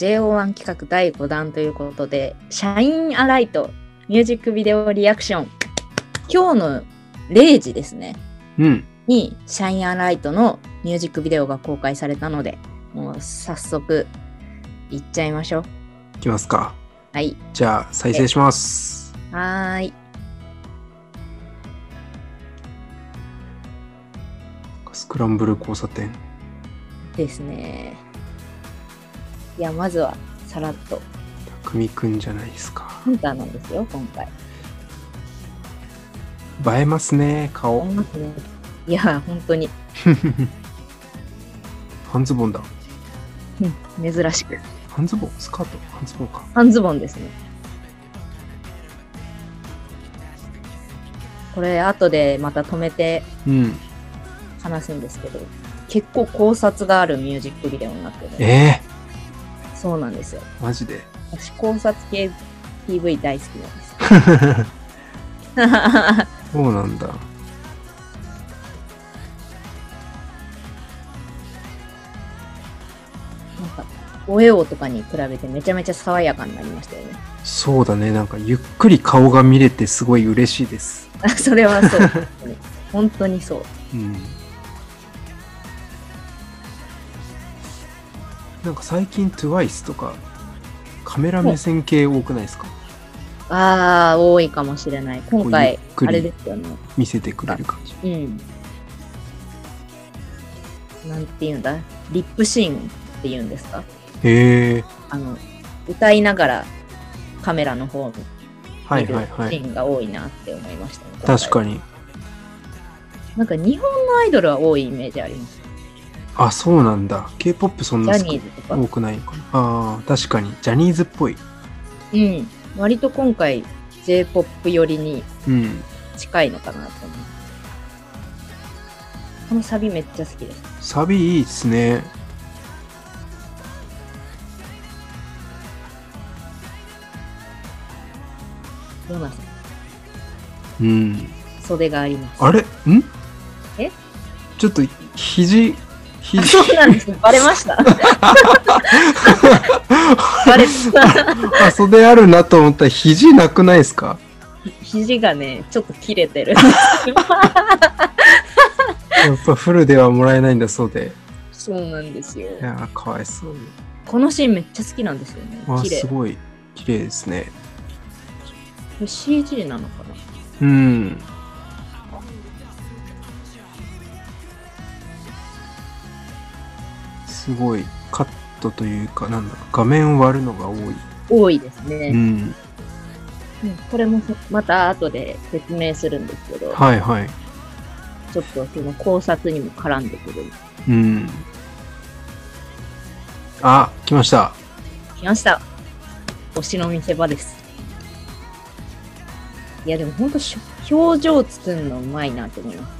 JO1 企画第5弾ということで、シャインアライトミュージックビデオリアクション。今日の0時ですね。うん。に、シャインアライトのミュージックビデオが公開されたので、もう早速、いっちゃいましょう。いきますか。はい。じゃあ、再生します。はーい。スクランブル交差点。ですね。いや、まずは、さらっと。匠くんじゃないですか。ハンターなんですよ、今回。映えますね、あ顔り。ますね。いや、本当に、半ズボンだ。うん珍しく。半ズボンスカート半ズボンか。半ズボンですね。これ、後でまた止めてうん。話すんですけど、結構考察があるミュージックビデオになってる、ええそうなんですよ。マジで。私、考察系 PV 大好きなんです。そうなんだ。なんか、おえおとかに比べてめちゃめちゃ爽やかになりましたよね。 そうだね。なんか、ゆっくり顔が見れてすごい嬉しいです。あそれは そう。本当に本当にそう。うん。なんか最近 TWICE とかカメラ目線系多くないですかああ、多いかもしれない。今回こうゆっ、あくりれですよね。見せてくれる感じ。うん。なんていうんだリップシーンって言うんですかへえあの、歌いながらカメラの方をは見いるシはいはい。ーンが多いなって思いましたね、確かに。に。なんか日本のアイドルは多いイメージあります。あ、そうなんだ。K-POP そんジなャ少ニーズとか。多くないのかな。ああ、確かに。ジャニーズっぽい。うん。割と今回、J-POP 寄りにうん。近いのかなと思う。このサビめっちゃ好きです。サビいいっすね。ヨナさん、うん。袖があります。あれんえちょっと、肘、あ肘、そうなんです。バレました。バレた。 あ、袖あるなと思ったら肘なくないですか肘がね、ちょっと切れて る。やっぱフルではもらえないんだそうで。そうなんですよい。やー、かわいそうに。このシーンめっちゃ好きなんですよね。あ、綺麗。すこごい。綺麗ですね。れ CG なのかなうん。すごいカットというか、なんだろう、画面割るのが多い。多いですうね。ん。うんこれもそまた後で説明するんですけど、はいはい。ちょっとその考察にも絡んでくる。うん。あ、来ました。来ました。推しの見せ場です。いや、でもほんとしょ表情作るのうまいなって思います。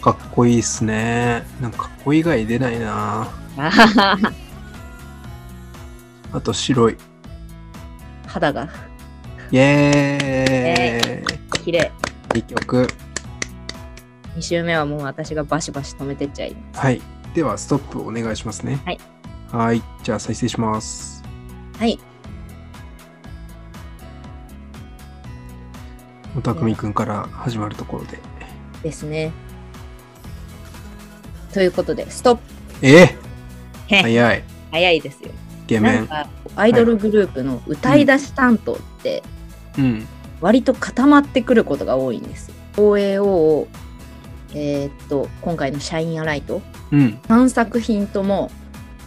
かっこいいっすね。なんかかっこ以外出ないなあはははあと白い。肌がイエーイ、綺麗。いい曲。 2周目はもう私がバシバシ止めてっちゃいます。はい。では、ストップお願いしますね。はい。はい。じゃあ、再生します。はい。おたくみくんから始まるところで。ですね。ということで、ストップ。えへえ早い。早いですよ。イケメなんン。か、アイドルグループの歌い出し担当って、うん。割と固まってくることが多いんですよ。OAO を、えーっと、今回のシャインアライト、うん。 3作品とも、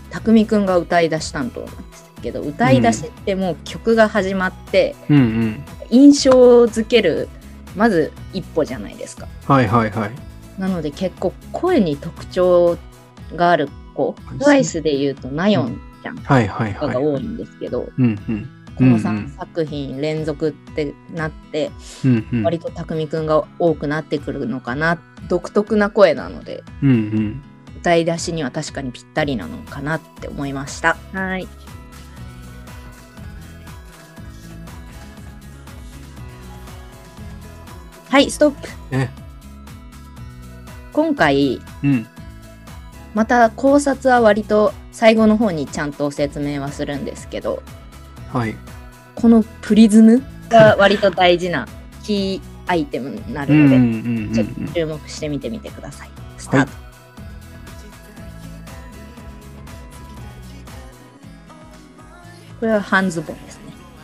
たくみくんが歌い出し担当なんですけど、歌い出しってもう曲が始まって、うんうん。印象づける、まず一歩じゃないですか。はいはいはい。なので結構声に特徴がある子、そうです TWICE ねで言うとナヨンちゃんとはいはいかはい。がうん多いんですけど、うん。こうのんうん3作品連続ってなって、うんうん。割と匠くんが多くなってくるのかな、独特な声なので、うんうん。歌い出しには確かにぴったりなのかなって思いました。はい。はい、ストップ。え、今回、うん。また考察は割と最後の方にちゃんと説明はするんですけどはい。このプリズムが割と大事なキーアイテムになうるんのうんで、ちょうんうっんと。注目してみてみてください。スタート。これは半ズボンですね。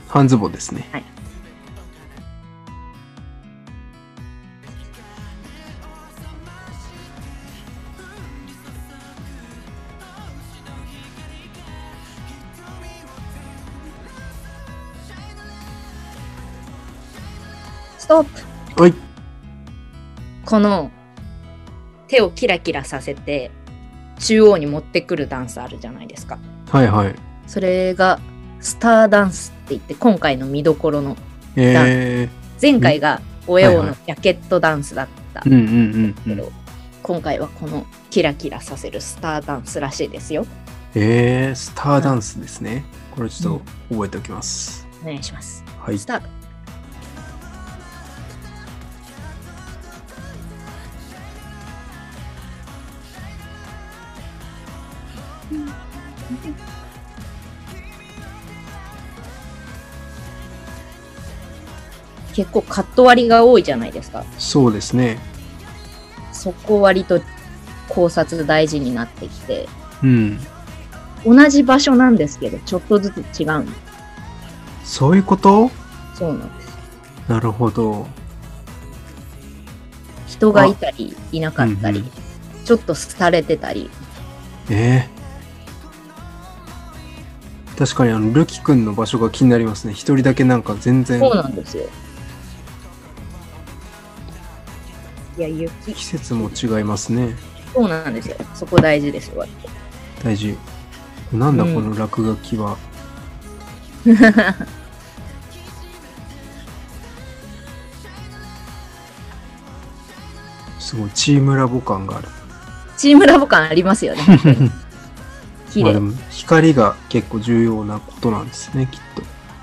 半ズボンですね。はいストップはい。この手をキラキラさせて中央に持ってくるダンスあるじゃないですか。はいはい。それがスターダンスって言って今回の見どころのえ前回がオエオはいはのいジャケットダンスだったー。うんうんうけんうど、ん。今回はこのキラキラさせるスターダンスらしいですよ。えー、スターダンスですね。これちょっと覚えておきます。お願いします。はいス。タート。結構カット割りが多いじゃないですか。そうですね。そこ割と考察大事になってきて、うん。同じ場所なんですけど、ちょっとずつ違うんですそういうことそうなんです。なるほど。人がいたり、いなかったり、うんちょっと廃れてたり、えー。確かにあの、ルキ君の場所が気になりますね。一人だけなんか全然そうなんですよ。いや、雪、季節も違いますね。そうなんですよ。そこ大事ですよ。割と大事。なんだうんこの落書きは。すごい、チームラボ感がある。チームラボ感ありますよね。 綺まあ麗でも光が結構重要なことなんですね、きっ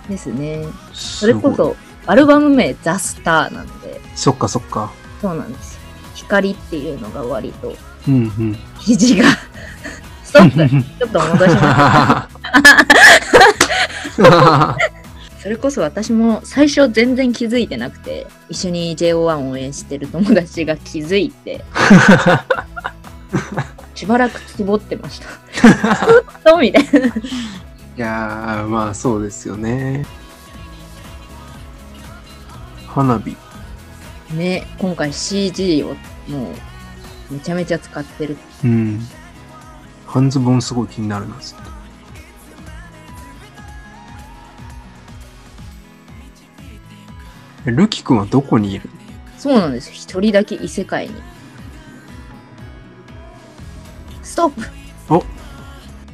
ですね。と。そすれごいこそ、アルバム名、ザ・スターなので、そっかそっか。そうなんですよ。光っていうのが割と、うんうん。肘が、 ストップ ちょっと戻します。それこそ私も最初全然気づいてなくて一緒に JO1 を応援してる友達が気づい てしばらくつぼってました ずっとみたいないやー、まあそうですよね。花火。ね今回 CG をもうめちゃめちゃ使ってるうん。半ズボンすごい気になるな、ずっとえルキ君はどこにいるそうなんですよ一人だけ異世界にストップお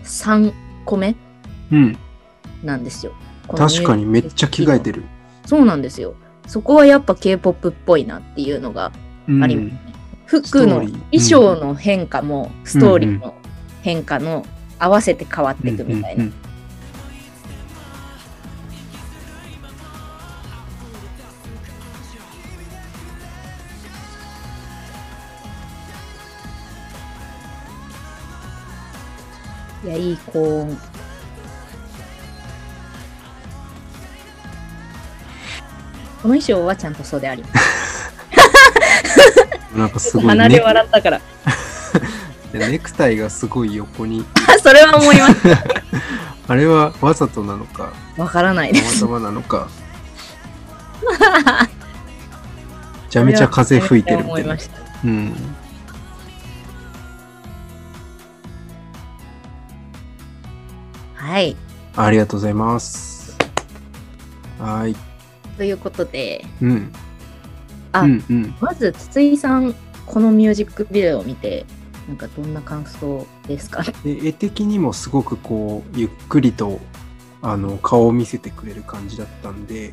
3個目うん。なんですよこの確かにめっちゃ着替えてる。そうなんですよそこはやっぱ K-POP っぽいなっていうのがうんありますね。服のストーリ衣ー装の変化もストーリーの変化の合わせて変わっていくみたいうんなうんうんいやいい高音この衣装はちゃんと袖ありますなんかすごい、鼻でね。笑ったからネクタイがすごい横に。あ それは思いますあれはわざとなのか、わからないたでますたまな のか。めちゃめちゃ風吹いてるみ思たいいなま。したうん。はいありがとうございます。はい。ということでうん。あうんうん。まず筒井さんこのミュージックビデオを見てなんかどんな感想ですかで絵的にもすごくこうゆっくりとあの顔を見せてくれる感じだったんで、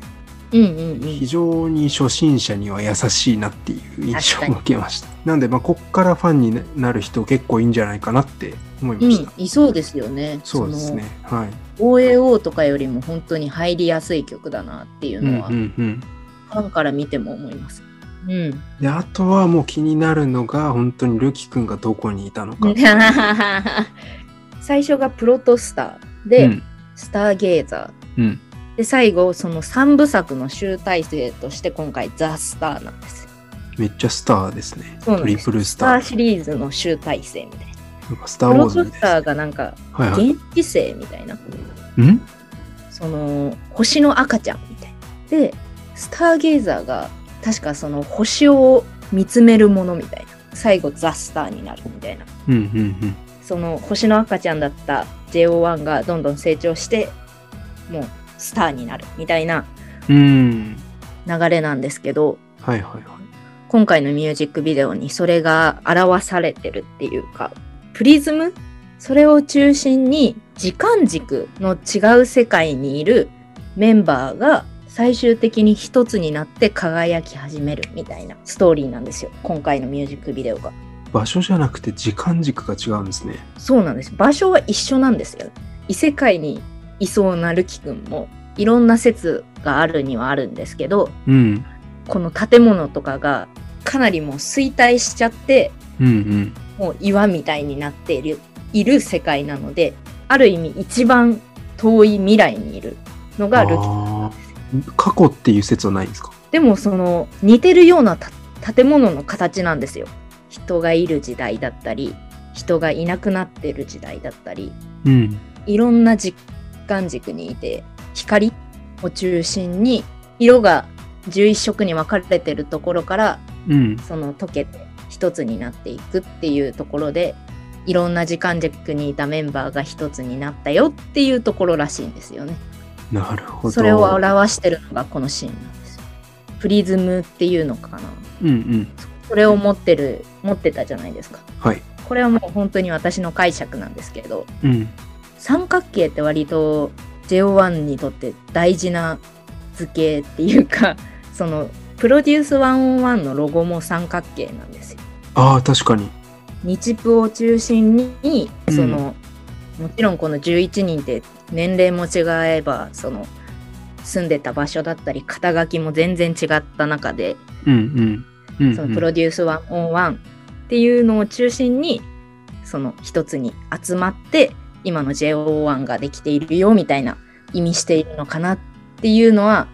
うんうんう非ん常に初心者には優しいなっていう印確象かをに受けました。なんでまあこっからファンになる人結構いいんじゃないかなって思いました。うん、いそうですよね。そうですね。はい。その OAO とかよりも本当に入りやすい曲だなっていううんうのは、んうん。ファンから見ても思います。うん。であとはもう気になるのが本当にルキ君がどこにいたのか。最初がプロトスターで、うんスターゲイザうんーで最後その3部作の集大成として今回ザ・スターなんですめっちゃスターですね。そうなんトでリすプルススタターー。シリーズの集大成みたいななんかスター・プウォーロズトみたスいタな。ーがなんかはいは。原始生みたいないんその星の赤ちゃんみたいなでスターゲイザーが確かその星を見つめるものみたいな最後ザ・スターになるみたいなうんうんその星の赤ちゃんだった JO1 がどんどん成長してもうスターになるみたいなうん。うん。流れなんですけどはいはいはい。今回のミュージックビデオにそれが表されてるっていうかプリズムそれを中心に時間軸の違う世界にいるメンバーが最終的に一つになって輝き始めるみたいなストーリーなんですよ今回のミュージックビデオが場所じゃなくて時間軸が違うんですね。そうなんです場所は一緒なんですよ異世界にいそうなるきくんもいろんな説があるにはあるんですけどうん。この建物とかがかなりもう衰退しちゃってうんうん。もう岩みたいになっているいる世界なのである意味一番遠い未来にいるのがルキあー過去っていう説はないんですかでもその似てるようなた建物の形なんですよ人がいる時代だったり人がいなくなってる時代だったりうん。いろんな時間軸にいて光を中心に色が11色に分かれてるところからうん。その溶けて一つになっていくっていうところでいろんな時間軸にいたメンバーが一つになったよっていうところらしいんですよね。なるほど。それを表してるのがこのシーンなんですよ。プリズムっていうのかな。うんうん。それを持ってる持ってたじゃないですか。はい。これはもう本当に私の解釈なんですけどうん。三角形って割と JO1 にとって大事な図形っていうかそのプロデュース101のロゴも三角形なんですよ。ああ、確かに。日プを中心にうんその、もちろんこの11人って年齢も違えばその住んでた場所だったり肩書きも全然違った中で、うんうん。うんうんそのプロデュース101っていうのを中心にその一つに集まって今の JO1 ができているよみたいな意味しているのかなっていうのは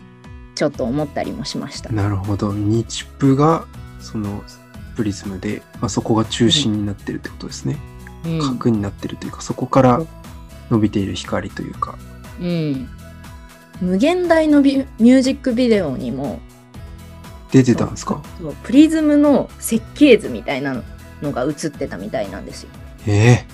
ちょっと思ったりもしました。なるほど。ニチップがそのプリズムで、まあ、そこが中心になってるってことですね。うん核になってるというか、そこから伸びている光というか。うん無限大のビミュージックビデオにも出てたんですかそうプリズムの設計図みたいなのが映ってたみたいなんですよええ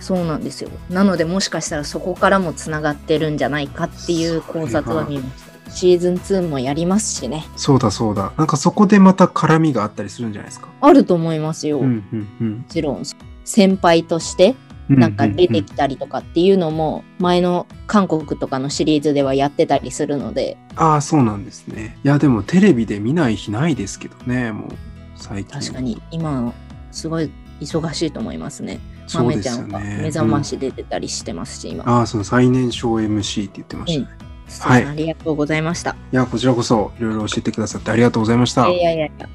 そうなんですよなのでもしかしたらそこからもつながってるんじゃないかっていう考察は見ましたシーズン2もやりますしねそうだそうだ。なんかそこでまた絡みがあったりするんじゃないですか。あると思いますよ、うんもうんちろん先輩としてうん。なんか出てうんうんきたりとかっていうのも前の韓国とかのシリーズではやってたりするのでうんああ、そうなんですね。いや、でもテレビで見ない日ないですけどね、もう最近。確かに今すごい忙しいと思いますねそ豆うでちゃすよんね。が目覚まうんし出てたりしてますし今ああ、その最年少 MC って言ってましたね。ステはいさんありがとうございました。いや、こちらこそいろいろ教えてくださってありがとうございました。いやいやいや。